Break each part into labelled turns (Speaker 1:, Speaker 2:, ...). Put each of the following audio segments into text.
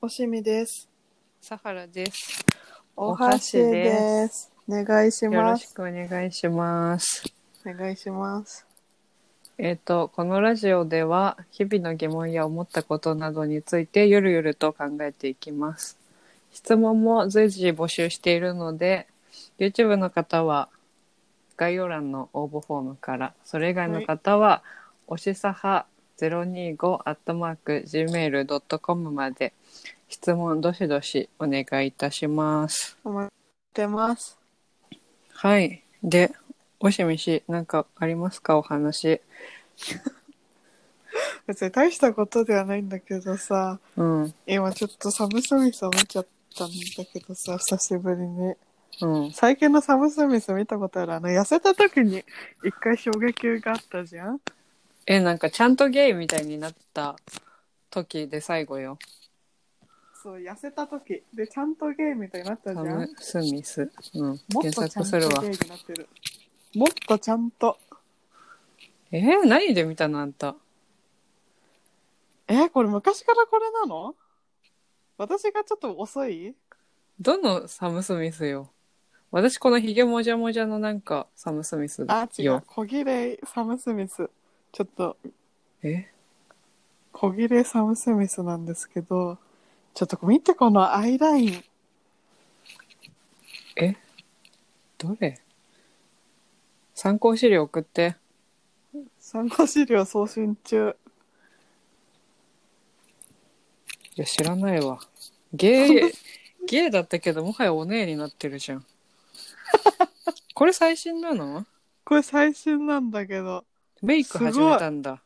Speaker 1: おしみです。
Speaker 2: サハラです。
Speaker 1: おはしです。お願いし
Speaker 2: よろ
Speaker 1: ま
Speaker 2: し
Speaker 1: す。
Speaker 2: くお願いします。
Speaker 1: お願いします。
Speaker 2: えっ、と、このラジオでは、日々の疑問や思ったことなどについて、ゆるゆると考えていきます。質問も随時募集しているので、YouTube の方は、概要欄の応募フォームから、それ以外の方は、おしさは025-gmail.com まで、質問どしどしお願いいたします。
Speaker 1: お待ちしてます。
Speaker 2: はい。で、おしみし、なんかありますかお話。
Speaker 1: 別に大したことではないんだけどさ、
Speaker 2: うん。うん。
Speaker 1: 今ちょっとサムスミスを見ちゃったんだけどさ、久しぶりに。
Speaker 2: うん
Speaker 1: 最近のサムスミス見たことあるあの、痩せた時に一回衝撃があったじゃん
Speaker 2: え、なんかちゃんとゲイみたいになった時で最後よ。
Speaker 1: そう、痩せた時。で、ちゃんとゲイみたいになったじ
Speaker 2: サ
Speaker 1: ゃん
Speaker 2: ム・スミス。うん。
Speaker 1: もっ
Speaker 2: 検
Speaker 1: とちゃ
Speaker 2: 索
Speaker 1: ん
Speaker 2: する
Speaker 1: と
Speaker 2: わ
Speaker 1: ゲイ。になってる。もっとちゃんと。
Speaker 2: えー何で見たのあんた。
Speaker 1: えーこれ昔からこれなの私がちょっと遅い
Speaker 2: どのサム・スミスよ。私このヒゲもじゃもじゃのなんかサム・スミス
Speaker 1: あ、違う
Speaker 2: よ。。
Speaker 1: 小切れサム・スミス。ちょっと、
Speaker 2: え
Speaker 1: 小切れサム・スミスなんですけど、ちょっと見てこのアイライン。
Speaker 2: えどれ参考資料送って。
Speaker 1: 参考資料送信中。
Speaker 2: いや、知らないわ。 ゲイ、ゲイだったけど、もはやお姉になってるじゃん。これ最新なの
Speaker 1: これ最新なんだけど。
Speaker 2: メイク始めたんだ。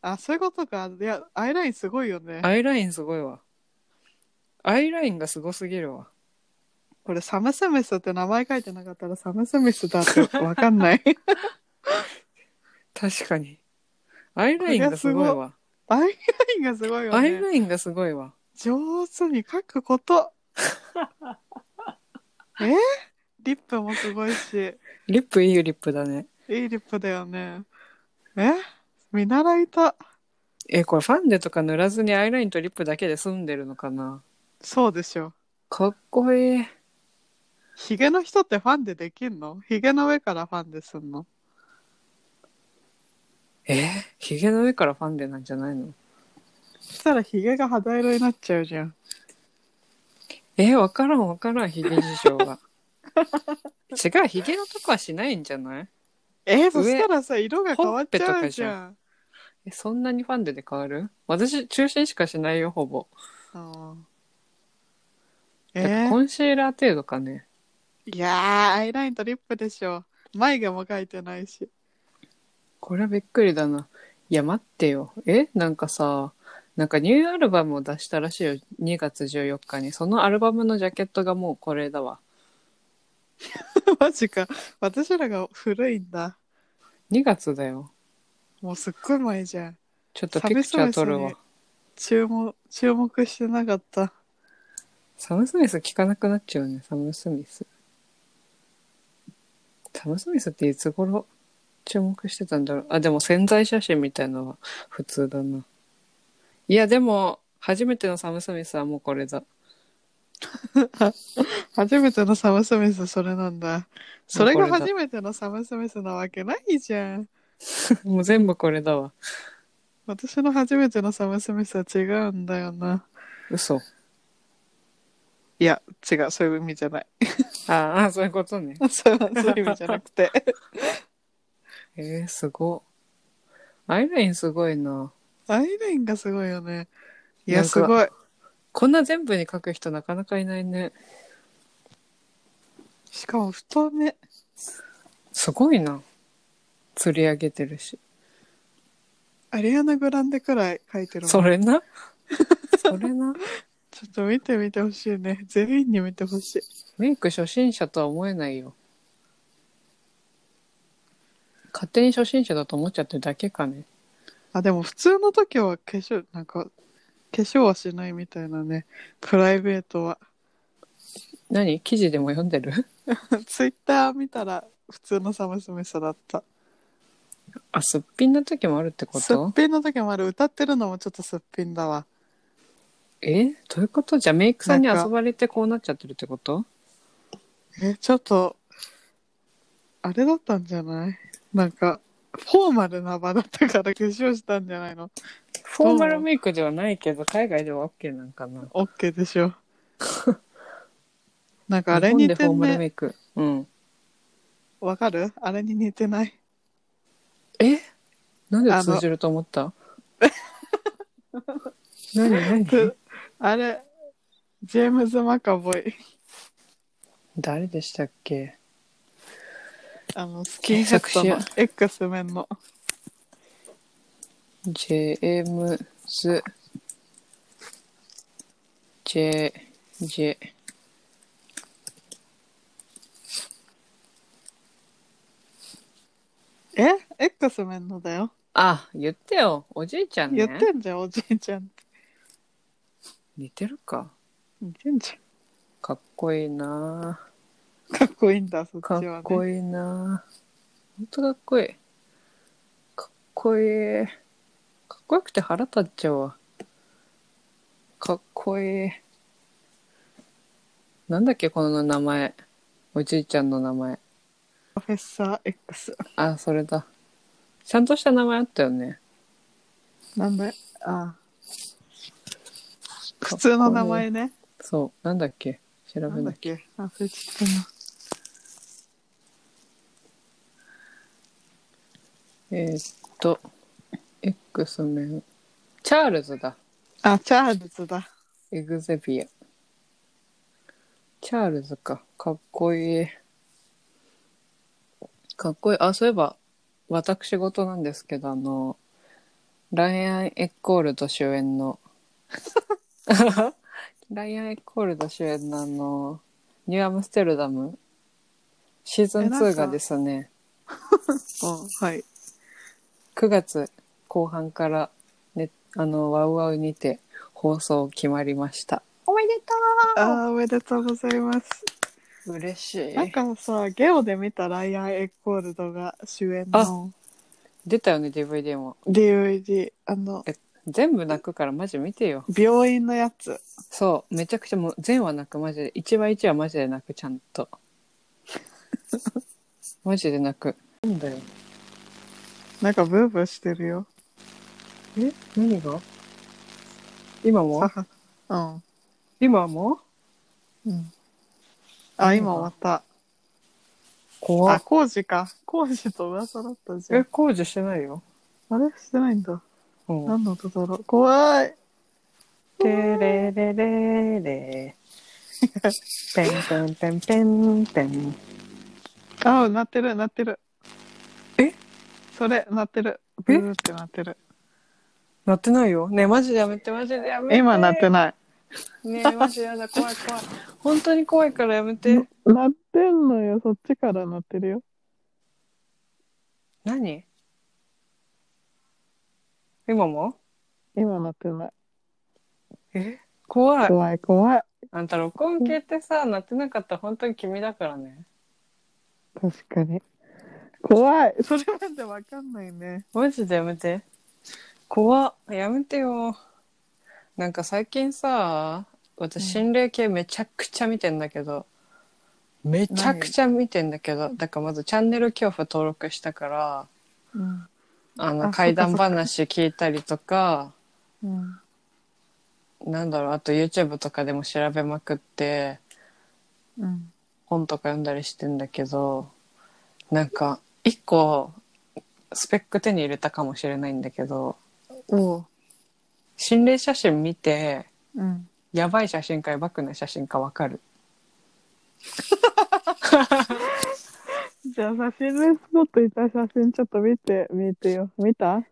Speaker 1: あ、そういうことか。いや、アイラインすごいよね。
Speaker 2: アイラインすごいわ。アイラインがすごすぎるわ。
Speaker 1: これサム・スミスって名前書いてなかったらサム・スミスだってわかんない。
Speaker 2: 確かに。アイラインがすごいわ。
Speaker 1: アイラインがすごいよ
Speaker 2: アイ
Speaker 1: ね。
Speaker 2: ラインがすごいわ。
Speaker 1: 上手に書くこと。 えリップもすごいし。
Speaker 2: リップいいリップだね。
Speaker 1: いいリップだよね。え見習いた。
Speaker 2: え、これファンデとか塗らずにアイラインとリップだけで済んでるのかな
Speaker 1: そうでしょ。
Speaker 2: かっこいい。
Speaker 1: ヒゲの人ってファンでできんのヒゲの上からファンですんの
Speaker 2: え、ヒゲの上からファンデなんじゃないの
Speaker 1: そしたらヒゲが肌色になっちゃうじゃん。
Speaker 2: えー、わからんわからん、ヒゲ事情 が。違う、ヒゲのとこはしないんじゃない
Speaker 1: えー、そしたらさ、色が変わっちゃうじゃん。
Speaker 2: え、そんなにファンデで変わる私、中心しかしないよ、ほぼ。
Speaker 1: うん
Speaker 2: だから
Speaker 1: え
Speaker 2: コ
Speaker 1: ー、
Speaker 2: ンシーラー程度かね。
Speaker 1: いやー、アイラインとリップでしょ。眉毛も描いてないし。
Speaker 2: これびっくりだな。いや、待ってよ。えなんかさ、なんかニューアルバムを出したらしいよ。2月14日に。そのアルバムのジャケットがもうこれだわ。
Speaker 1: マジか。私らが古いんだ。
Speaker 2: 2月だよ。
Speaker 1: もうすっごい前じゃん。
Speaker 2: ちょっとピクチャー撮るわ。
Speaker 1: 注目、注目してなかった。
Speaker 2: サム・スミス聞かなくなっちゃうね、サム・スミス。サム・スミスっていつ頃注目してたんだろう。あ、でも潜在写真みたいのは普通だな。いや、でも、初めてのサム・スミスはもうこれだ。
Speaker 1: 初めてのサム・スミスそれなんだ。それが初めてのサム・スミスなわけないじゃん。
Speaker 2: もう全部これだわ。
Speaker 1: 私の初めてのサム・スミスは違うんだよな。
Speaker 2: 嘘。
Speaker 1: いや、違う、そういう意味じゃない。
Speaker 2: ああ、そういうことね。
Speaker 1: そうそういう意味じゃなくて。
Speaker 2: えー、すご。アイラインすごいな。
Speaker 1: アイラインがすごいよね。い
Speaker 2: な
Speaker 1: や、
Speaker 2: んか
Speaker 1: すごい。
Speaker 2: こんな全部に書く人なかなかいないね。
Speaker 1: しかも太め。
Speaker 2: すごいな。釣り上げてるし。
Speaker 1: アリアナ・グランデくらい書いてるもん
Speaker 2: それな それな
Speaker 1: ちょっと見てみてほしいね。全員に見てほしい。
Speaker 2: メイク初心者とは思えないよ。勝手に初心者だと思っちゃってるだけかね。
Speaker 1: あ、でも普通の時は化粧、なんか、化粧はしないみたいなね。プライベートは。
Speaker 2: 何記事でも読んで る
Speaker 1: ツイッター見たら普通のサムスミスだった。
Speaker 2: あ、すっぴんな時もあるってこ
Speaker 1: すっ
Speaker 2: と
Speaker 1: ぴんの時もある。歌ってるのもちょっとすっぴんだわ。
Speaker 2: えどういうことじゃあメイクさんに
Speaker 1: なんか
Speaker 2: 遊ばれてこうなっちゃってるってこと
Speaker 1: え、ちょっと、あれだったんじゃないなんか、フォーマルな場だったから 化粧したんじゃないの
Speaker 2: フォーマルメイクではないけど海外では OK なんかな
Speaker 1: ?OK でしょ。 なんかあれ
Speaker 2: 日本
Speaker 1: 似
Speaker 2: でフ
Speaker 1: て
Speaker 2: ォー
Speaker 1: ん
Speaker 2: マルメ
Speaker 1: ね。
Speaker 2: イク、うん
Speaker 1: わかるあれに似てない。
Speaker 2: えなんで通じると思った 何何
Speaker 1: くあれ、ジェームズ・マカボイ。
Speaker 2: 誰でしたっけ
Speaker 1: あの、スキンヘッドの
Speaker 2: 検
Speaker 1: X メンの。
Speaker 2: ジェームズジェジェ
Speaker 1: え ?X メンのだよ。
Speaker 2: あ言ってよおじいちゃんね
Speaker 1: 言ってんじゃん、おじいちゃんって。
Speaker 2: 似てるか
Speaker 1: 似てんじ
Speaker 2: かっこいいな
Speaker 1: ゃん。かっこいいんだ、そっち
Speaker 2: か
Speaker 1: は、
Speaker 2: っ
Speaker 1: ね。
Speaker 2: こいいなほんとかっこいいかっこいいかっこよくて腹立っちゃうわかっこいいなんだっけこの名前おじいちゃんの名前
Speaker 1: プロフェッサー X。
Speaker 2: あそれだちゃんとした名前あったよね
Speaker 1: なんでああ普通の名前ね。
Speaker 2: そうなんだっけ調べ
Speaker 1: なんだ
Speaker 2: な
Speaker 1: っ
Speaker 2: きゃ
Speaker 1: け忘れちゃったな。
Speaker 2: えー、っと X メンチャールズだ
Speaker 1: あ、チャールズだ。
Speaker 2: エグゼビア。チャールズか。かっこいい。かっこいい。あ、そういえば、私事なんですけど、あの、ライアン・エッコールド主 演の、ライアン・エッコールド主演のあの、ニューアムステルダム、シーズン
Speaker 1: えなん
Speaker 2: 2
Speaker 1: か
Speaker 2: がですね、
Speaker 1: うん、はい。
Speaker 2: 9月後半から、ね、あの、ワウワウにて放送決まりました。おめでと
Speaker 1: ああ、おめでとうございます。
Speaker 2: う嬉しい。
Speaker 1: なんかさ、ゲオで見たライアン・エッコールドが主演の
Speaker 2: 出たよね DVD も
Speaker 1: DVD、あの、
Speaker 2: 全部泣くからマジ見てよ
Speaker 1: 病院のやつ。
Speaker 2: そうめちゃくちゃもう全話泣くマジで一話一話マジで泣くちゃん とマジで泣くなんだよ
Speaker 1: なんかブーブーしてるよ。
Speaker 2: え何が今も
Speaker 1: うん。
Speaker 2: 今も
Speaker 1: うん。あ、今終わった。
Speaker 2: 怖
Speaker 1: あ、
Speaker 2: っ
Speaker 1: コウジか。コウジと噂だったじゃ
Speaker 2: え
Speaker 1: ん。
Speaker 2: 工事してないよ
Speaker 1: あれしてないんだ。
Speaker 2: うん
Speaker 1: 何の音だろう。怖い。
Speaker 2: テレレレレペンペンペンペンペン
Speaker 1: あ、鳴ってる、鳴ってる。
Speaker 2: え
Speaker 1: それ、鳴ってる。ブーって鳴ってる。
Speaker 2: 鳴ってないよねえマジでやめてマジでやめて
Speaker 1: 今鳴ってない。
Speaker 2: ねえマジやだ怖い怖い本当に怖いからやめて
Speaker 1: な鳴ってんのよ、そっちから鳴ってるよ。
Speaker 2: 何今も
Speaker 1: 今鳴ってない。
Speaker 2: え怖い
Speaker 1: 怖い、怖い。
Speaker 2: あんた録音消えてさ鳴ってなかったら本当に君だからね
Speaker 1: 確かに。怖い。それまでわかんないね。
Speaker 2: マジでやめて怖っやめてよなんか最近さ私
Speaker 1: うん
Speaker 2: 心霊系めちゃくちゃ見てんだけど、めちゃくちゃ見てんだけどだからまずチャンネル恐怖登録したから
Speaker 1: うん。
Speaker 2: あ
Speaker 1: あそっ
Speaker 2: の
Speaker 1: か
Speaker 2: 怪談話聞いたりとか
Speaker 1: うん。
Speaker 2: なんだろうあと YouTube とかでも調べまくって
Speaker 1: うん。
Speaker 2: 本とか読んだりしてんだけどなんか一個スペック手に入れたかもしれないんだけど
Speaker 1: おう。
Speaker 2: 心霊写真見て
Speaker 1: うん。
Speaker 2: やばい写真かやばくない写真かわかる
Speaker 1: じゃあ写真で撮っていた写真ちょっと見てみてよ。見た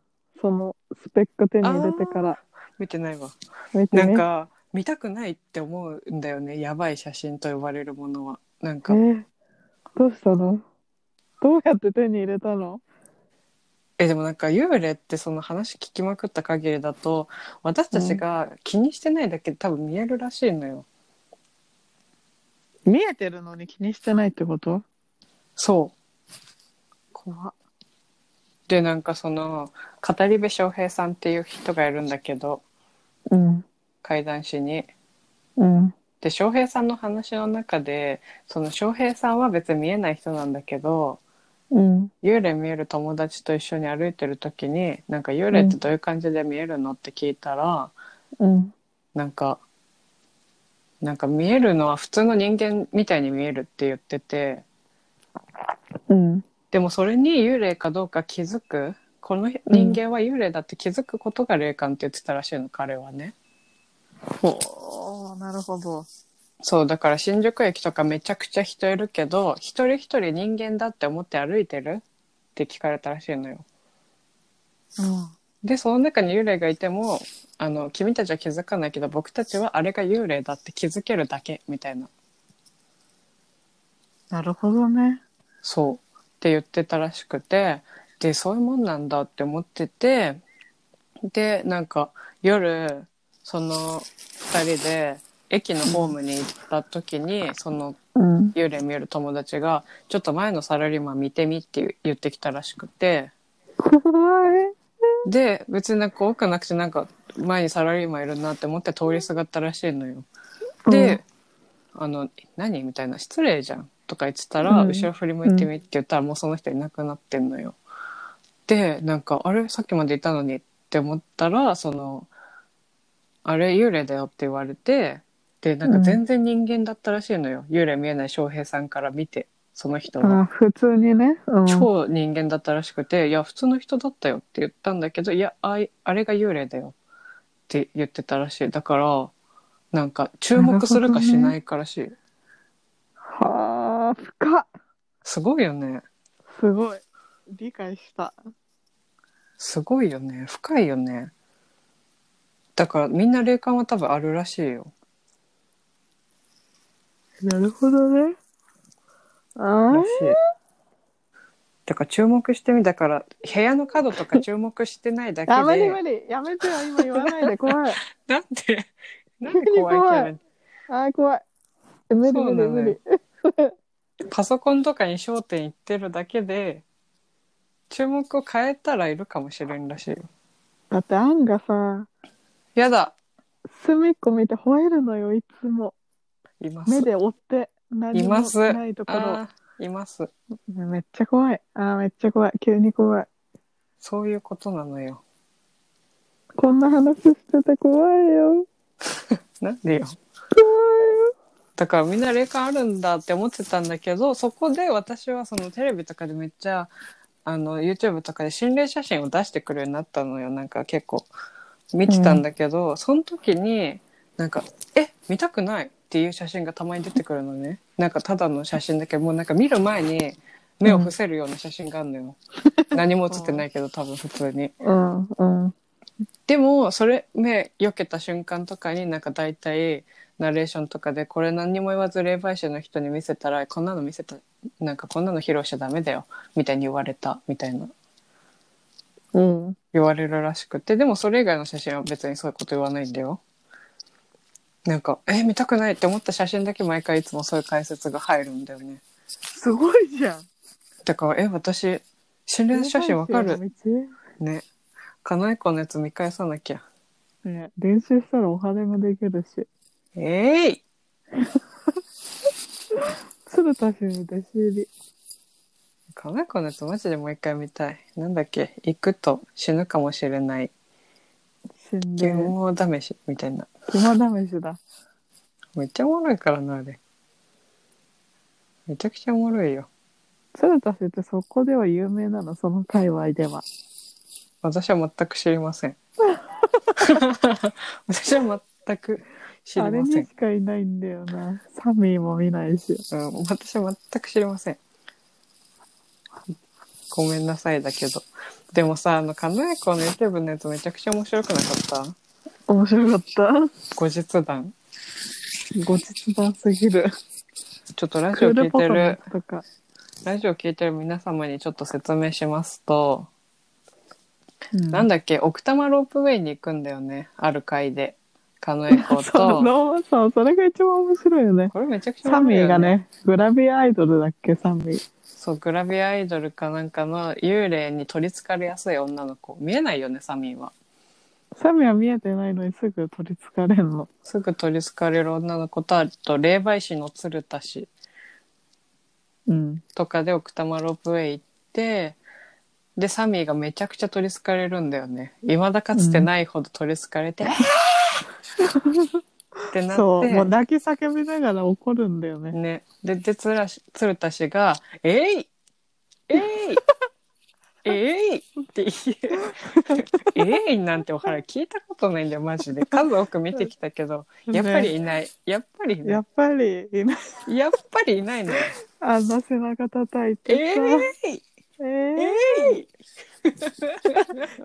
Speaker 1: そのスペック手に入れてから。
Speaker 2: 見てないわ
Speaker 1: 見て
Speaker 2: な
Speaker 1: ね
Speaker 2: んか見たくないって思うんだよねやばい写真と呼ばれるものはなん
Speaker 1: え
Speaker 2: か
Speaker 1: ーどうしたのどうやって手に入れたの
Speaker 2: えでもなんか幽霊ってその話聞きまくった限りだと私たちが気にしてないだけで多分見えるらしいのよ
Speaker 1: 見えてるのに気にしてないってこと
Speaker 2: そう。怖っで、なんかその、語り部翔平さんっていう人がいるんだけど、
Speaker 1: うん。
Speaker 2: 会談しに。
Speaker 1: うん。
Speaker 2: で翔平さんの話の中でその翔平さんは別に見えない人なんだけど
Speaker 1: うん。
Speaker 2: 幽霊見える友達と一緒に歩いてる時になんか幽霊ってどういう感じで見えるのって聞いたら、
Speaker 1: うん。
Speaker 2: なんかなんか見えるのは普通の人間みたいに見えるって言ってて
Speaker 1: うん。
Speaker 2: でもそれに幽霊かどうか気づくこの人間は幽霊だって気づくことが霊感って言ってたらしいの彼はね。
Speaker 1: ほう、なるほど。
Speaker 2: そう、だから新宿駅とかめちゃくちゃ人いるけど、一人一人人間だって思って歩いてるって聞かれたらしいのよ。
Speaker 1: う
Speaker 2: で、その中に幽霊がいても、あの、君たちは気づかないけど、僕たちはあれが幽霊だって気づけるだけ、みたいな。
Speaker 1: なるほどね。
Speaker 2: そう。って言ってたらしくて、で、そういうもんなんだって思ってて、で、なんか夜、その二人で駅のホームに行った時に、その
Speaker 1: うん。
Speaker 2: 幽霊見える友達が「ちょっと前のサラリーマン見てみ」って言ってきたらしくて
Speaker 1: 怖い。
Speaker 2: で別になんか怖くなくてなんか前にサラリーマンいるなって思って通りすがったらしいのよ。で「あの何?」みたいな「失礼じゃん」とか言ってたら、
Speaker 1: うん
Speaker 2: 後ろ振り向いてみって言ったらもうその人いなくなってんのよ。でなんか「あれさっきまでいたのに」って思ったらその「あれ幽霊だよ」って言われてでなんか全然人間だったらしいのよ、幽霊見えない翔平さんから見てその人
Speaker 1: う
Speaker 2: は。
Speaker 1: ん、あ普通にね。うん、
Speaker 2: 超人間だったらしくて「いや普通の人だったよ」って言ったんだけど「いやあいあれが幽霊だよ」って言ってたらしいだからなんか注目するかしないからしい、
Speaker 1: はあ、深っ。
Speaker 2: すごいよね
Speaker 1: すごい。理解した。
Speaker 2: すごいよね深いよねだからみんな霊感は多分あるらしいよ
Speaker 1: なるほどね。あ
Speaker 2: らしいだから注目してみだから部屋の角とか注目してないだ けで
Speaker 1: あ、無理無理。やめてよ、今言わないで。怖 い。
Speaker 2: なんでなんで怖いキャラに
Speaker 1: あー、怖い。え無理無理無理。
Speaker 2: パソコンとかに焦点いってるだけで注目を変えたらいるかもしれんらしいよ
Speaker 1: だって、アンがさ、
Speaker 2: やだ
Speaker 1: 隅っこ見て吠えるのよ、いつも。
Speaker 2: います
Speaker 1: 目で追って、何
Speaker 2: い
Speaker 1: も
Speaker 2: ます
Speaker 1: ないところ。
Speaker 2: あーいます
Speaker 1: めっちゃ怖い。あー、めっちゃ怖い。急に怖い。
Speaker 2: そういうことなのよ
Speaker 1: こんな話してて怖いよ。
Speaker 2: なんでよだからみんな霊感あるんだって思ってたんだけどそこで私はそのテレビとかでめっちゃあの YouTube とかで心霊写真を出してくるようになったのよなんか結構見てたんだけど、その時になんか「え見たくない」っていう写真がたまに出てくるのねなんかただの写真だけどもうなんか見る前に目を伏せるような写真があるのよ、何も写ってないけど多分普通に
Speaker 1: うん、うん。
Speaker 2: でもそれ目避けた瞬間とかになんか大体ナレーションとかでこれ何にも言わず霊媒師の人に見せたらこんなの見せたなんかこんなの披露しちゃダメだよみたいに言われたみたいな
Speaker 1: うん。
Speaker 2: 言われるらしくてでもそれ以外の写真は別にそういうこと言わないんだよなんかえ見たくないって思った写真だけ毎回いつもそういう解説が入るんだよね
Speaker 1: すごいじゃん。
Speaker 2: だからえ私心霊写真わかるね金井子のやつ見返さなきゃ
Speaker 1: ね、練習したらお金もできるし、
Speaker 2: えい、
Speaker 1: 鶴田氏に弟子入り。
Speaker 2: かなこのやつマジでもう一回見たい。なんだっけ行くと死ぬかもしれない。
Speaker 1: 死んで、
Speaker 2: 肝試しみたいな。
Speaker 1: 肝試しだ。
Speaker 2: めっちゃおもろいからな、あれ。めちゃくちゃおもろいよ。
Speaker 1: 鶴田氏ってそこでは有名なの、その界隈では。
Speaker 2: 私は全く知り ません。私は全く知
Speaker 1: あ
Speaker 2: り
Speaker 1: れ
Speaker 2: ま
Speaker 1: に
Speaker 2: せん
Speaker 1: し。かいないんだよな。サミーも見ないし。
Speaker 2: うん、私は全く知りません。ごめんなさいだけど。でもさ、あの、かなえこの YouTube のやつめちゃくちゃ面白くなかっ
Speaker 1: 面白かった。
Speaker 2: た後日談。
Speaker 1: ごち談すぎる。
Speaker 2: ちょっとラ
Speaker 1: ク
Speaker 2: ジオ
Speaker 1: ー
Speaker 2: 聞
Speaker 1: ル
Speaker 2: い
Speaker 1: ポ
Speaker 2: て
Speaker 1: コの
Speaker 2: る
Speaker 1: やつとか。
Speaker 2: ラジオ聞いてる皆様にちょっと説明しますと、なん
Speaker 1: だ
Speaker 2: だっけ、奥多摩ロープウェイに行くんだよね、ある回で。狩野英 孝
Speaker 1: そう、
Speaker 2: と。
Speaker 1: ノーマンさん、それが一番面白いよね。
Speaker 2: これめちゃくちゃ
Speaker 1: サ
Speaker 2: 面
Speaker 1: ミ
Speaker 2: 白い
Speaker 1: ー
Speaker 2: よ
Speaker 1: が。ね、グラビアアイドルだっけ、サミー。
Speaker 2: そう、グラビアアイドルかなんかの幽霊に取り憑かれやすい女の子。見えないよね、サミーは。
Speaker 1: サメは見えてないのにすぐ取りつかれんの。
Speaker 2: すぐ取り憑かれる女の子とあと霊媒師の鶴田氏
Speaker 1: うん。
Speaker 2: とかで奥多摩ロープウェイ行ってでサミーがめちゃくちゃ取り憑かれるんだよねいまだかつてないほど取り憑かれて、ってなって
Speaker 1: そう。もう泣き叫びながら怒るんだよね。
Speaker 2: ね、ででつらし鶴田氏が「えいえいえい!」って言う「えい!」なんておはらい聞いたことないんだよマジで数多く見てきたけどやっぱりいない、やっぱりい
Speaker 1: や
Speaker 2: な
Speaker 1: っぱり、いない
Speaker 2: いやっぱりいないのよ
Speaker 1: あんな背中叩い
Speaker 2: 「え
Speaker 1: てさ。
Speaker 2: い
Speaker 1: えー
Speaker 2: えい!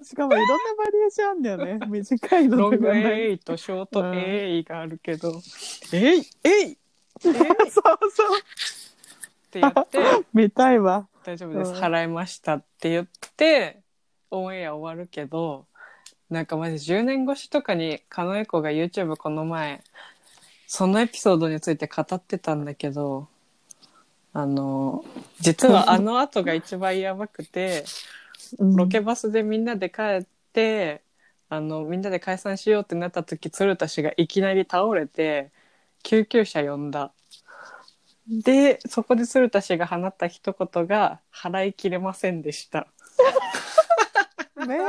Speaker 1: しかもいろんなバリエーションあんだよ ね。短い」
Speaker 2: ロ
Speaker 1: の
Speaker 2: ン
Speaker 1: と
Speaker 2: グ「
Speaker 1: かね。
Speaker 2: えい!」とショート
Speaker 1: う
Speaker 2: 「
Speaker 1: ん
Speaker 2: えい!」があるけど「えいえい!」えい
Speaker 1: そうそう。
Speaker 2: って言って
Speaker 1: 見たいわ。
Speaker 2: 大丈夫です、
Speaker 1: うん
Speaker 2: 払いましたって言ってオンエア終わるけどなんかマジ10年越しとかに狩野英孝が YouTube この前そのエピソードについて語ってたんだけどあの実はあの後が一番やばくて
Speaker 1: うん
Speaker 2: ロケバスでみんなで帰ってあのみんなで解散しようってなった時鶴田氏がいきなり倒れて救急車呼んだでそこで鶴田氏が放った一言が「払いきれませんでした
Speaker 1: 名言。」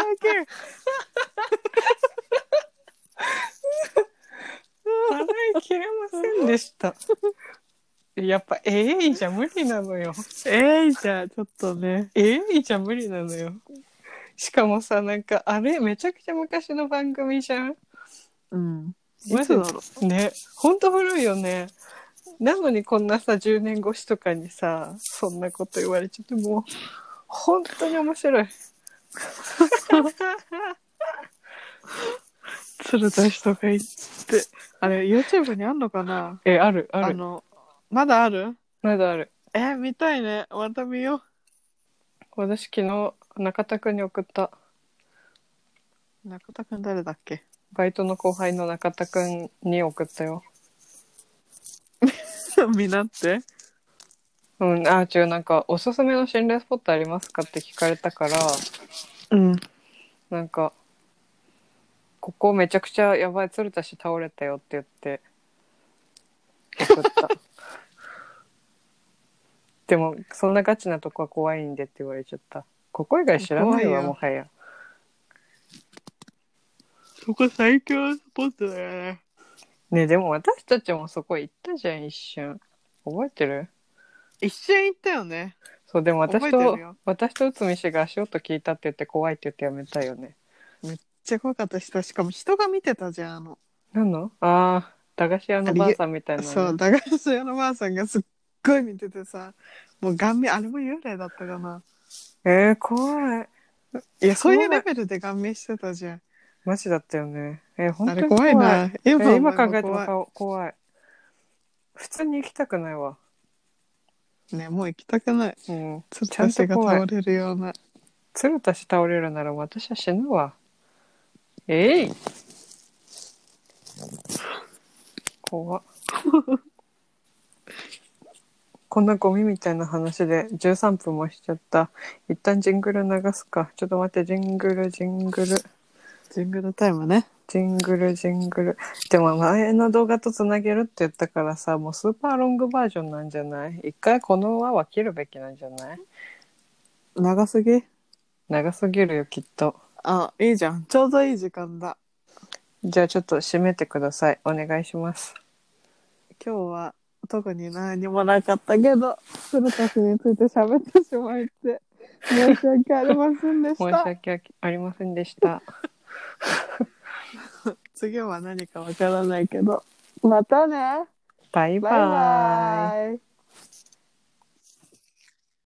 Speaker 2: 「払いきれませんでした」やっぱ「ええい」じゃ無理なのよ
Speaker 1: えいじゃあちょっとね。
Speaker 2: ええいじゃ無理なのよしかもさなんかあれめちゃくちゃ昔の番組じゃん
Speaker 1: うん。い
Speaker 2: マジ
Speaker 1: つだろ
Speaker 2: ねほんと古いよねなのにこんなさ10年越しとかにさそんなこと言われちゃってもう本当に 面白い
Speaker 1: 鶴田氏とか言って。あれ、YouTube にあんのかな
Speaker 2: えある
Speaker 1: あ
Speaker 2: ある
Speaker 1: の、まだある
Speaker 2: まだある
Speaker 1: えー見たいね。また見よう。
Speaker 2: 私昨日中田くんに送った
Speaker 1: 中田くん誰だっけ
Speaker 2: バイトの後輩の中田くんに送ったよ
Speaker 1: みなって。
Speaker 2: うんあ違うなんかおすすめの心霊スポットありますかって聞かれたから
Speaker 1: うん。
Speaker 2: なんかここめちゃくちゃやばい鶴田氏倒れたよって言って送った でもそんなガチなとこは怖いんでって言われちゃったここ以外知らない
Speaker 1: 怖い
Speaker 2: わ
Speaker 1: よ
Speaker 2: もはや
Speaker 1: そこ最強スポットだよね。
Speaker 2: ねでも私たちもそこ行ったじゃん一瞬覚えてる
Speaker 1: 一瞬行ったよね。
Speaker 2: そうでも私
Speaker 1: 覚えて
Speaker 2: と
Speaker 1: るよ
Speaker 2: 私と内海氏が足音聞いたって言って怖いって言ってやめたよね
Speaker 1: めっちゃ怖かったし、しかも人が見てたじゃん、あの。
Speaker 2: なんのああ駄菓子屋のばあさんみたいなね
Speaker 1: そう、駄菓子屋のばあさんがすっごい見ててさ、もう顔面、あれも幽霊だったかな。
Speaker 2: えー、怖い
Speaker 1: いや、そういう
Speaker 2: 怖
Speaker 1: レベ
Speaker 2: い
Speaker 1: ルで顔面してたじゃん。
Speaker 2: マジだったよねえー本
Speaker 1: あ
Speaker 2: 当に
Speaker 1: れ怖いな。
Speaker 2: えー今考えて
Speaker 1: も
Speaker 2: も
Speaker 1: 怖
Speaker 2: 怖い怖い普通に行きたくないわ、
Speaker 1: い。ね、もう行きたくない。
Speaker 2: うん、
Speaker 1: ちょっと
Speaker 2: ちゃんと
Speaker 1: 足が
Speaker 2: 怖い
Speaker 1: 倒れるような。
Speaker 2: 鶴田氏倒れるなら私は死ぬわえい怖っ こんなゴミみたいな話で13分もしちゃった一旦ジングル流すかちょっと待ってジングルジングル
Speaker 1: ジングルタイムね。
Speaker 2: ジングルジングルでも前の動画とつなげるって言ったからさもうスーパーロングバージョンなんじゃない一回この輪は切るべきなんじゃない
Speaker 1: 長すぎ
Speaker 2: 長すぎるよきっと
Speaker 1: あ、いいじゃん。ちょうどいい時間だ。
Speaker 2: じゃあちょっと締めてくださいお願いします
Speaker 1: 今日は特に何もなかったけど、鶴田氏について喋ってしまいって、申し訳ありませんでし。
Speaker 2: 申した訳ありませんでした
Speaker 1: 次は何かわからないけど、またね
Speaker 2: バイバ
Speaker 1: バイ
Speaker 2: イ
Speaker 1: バイ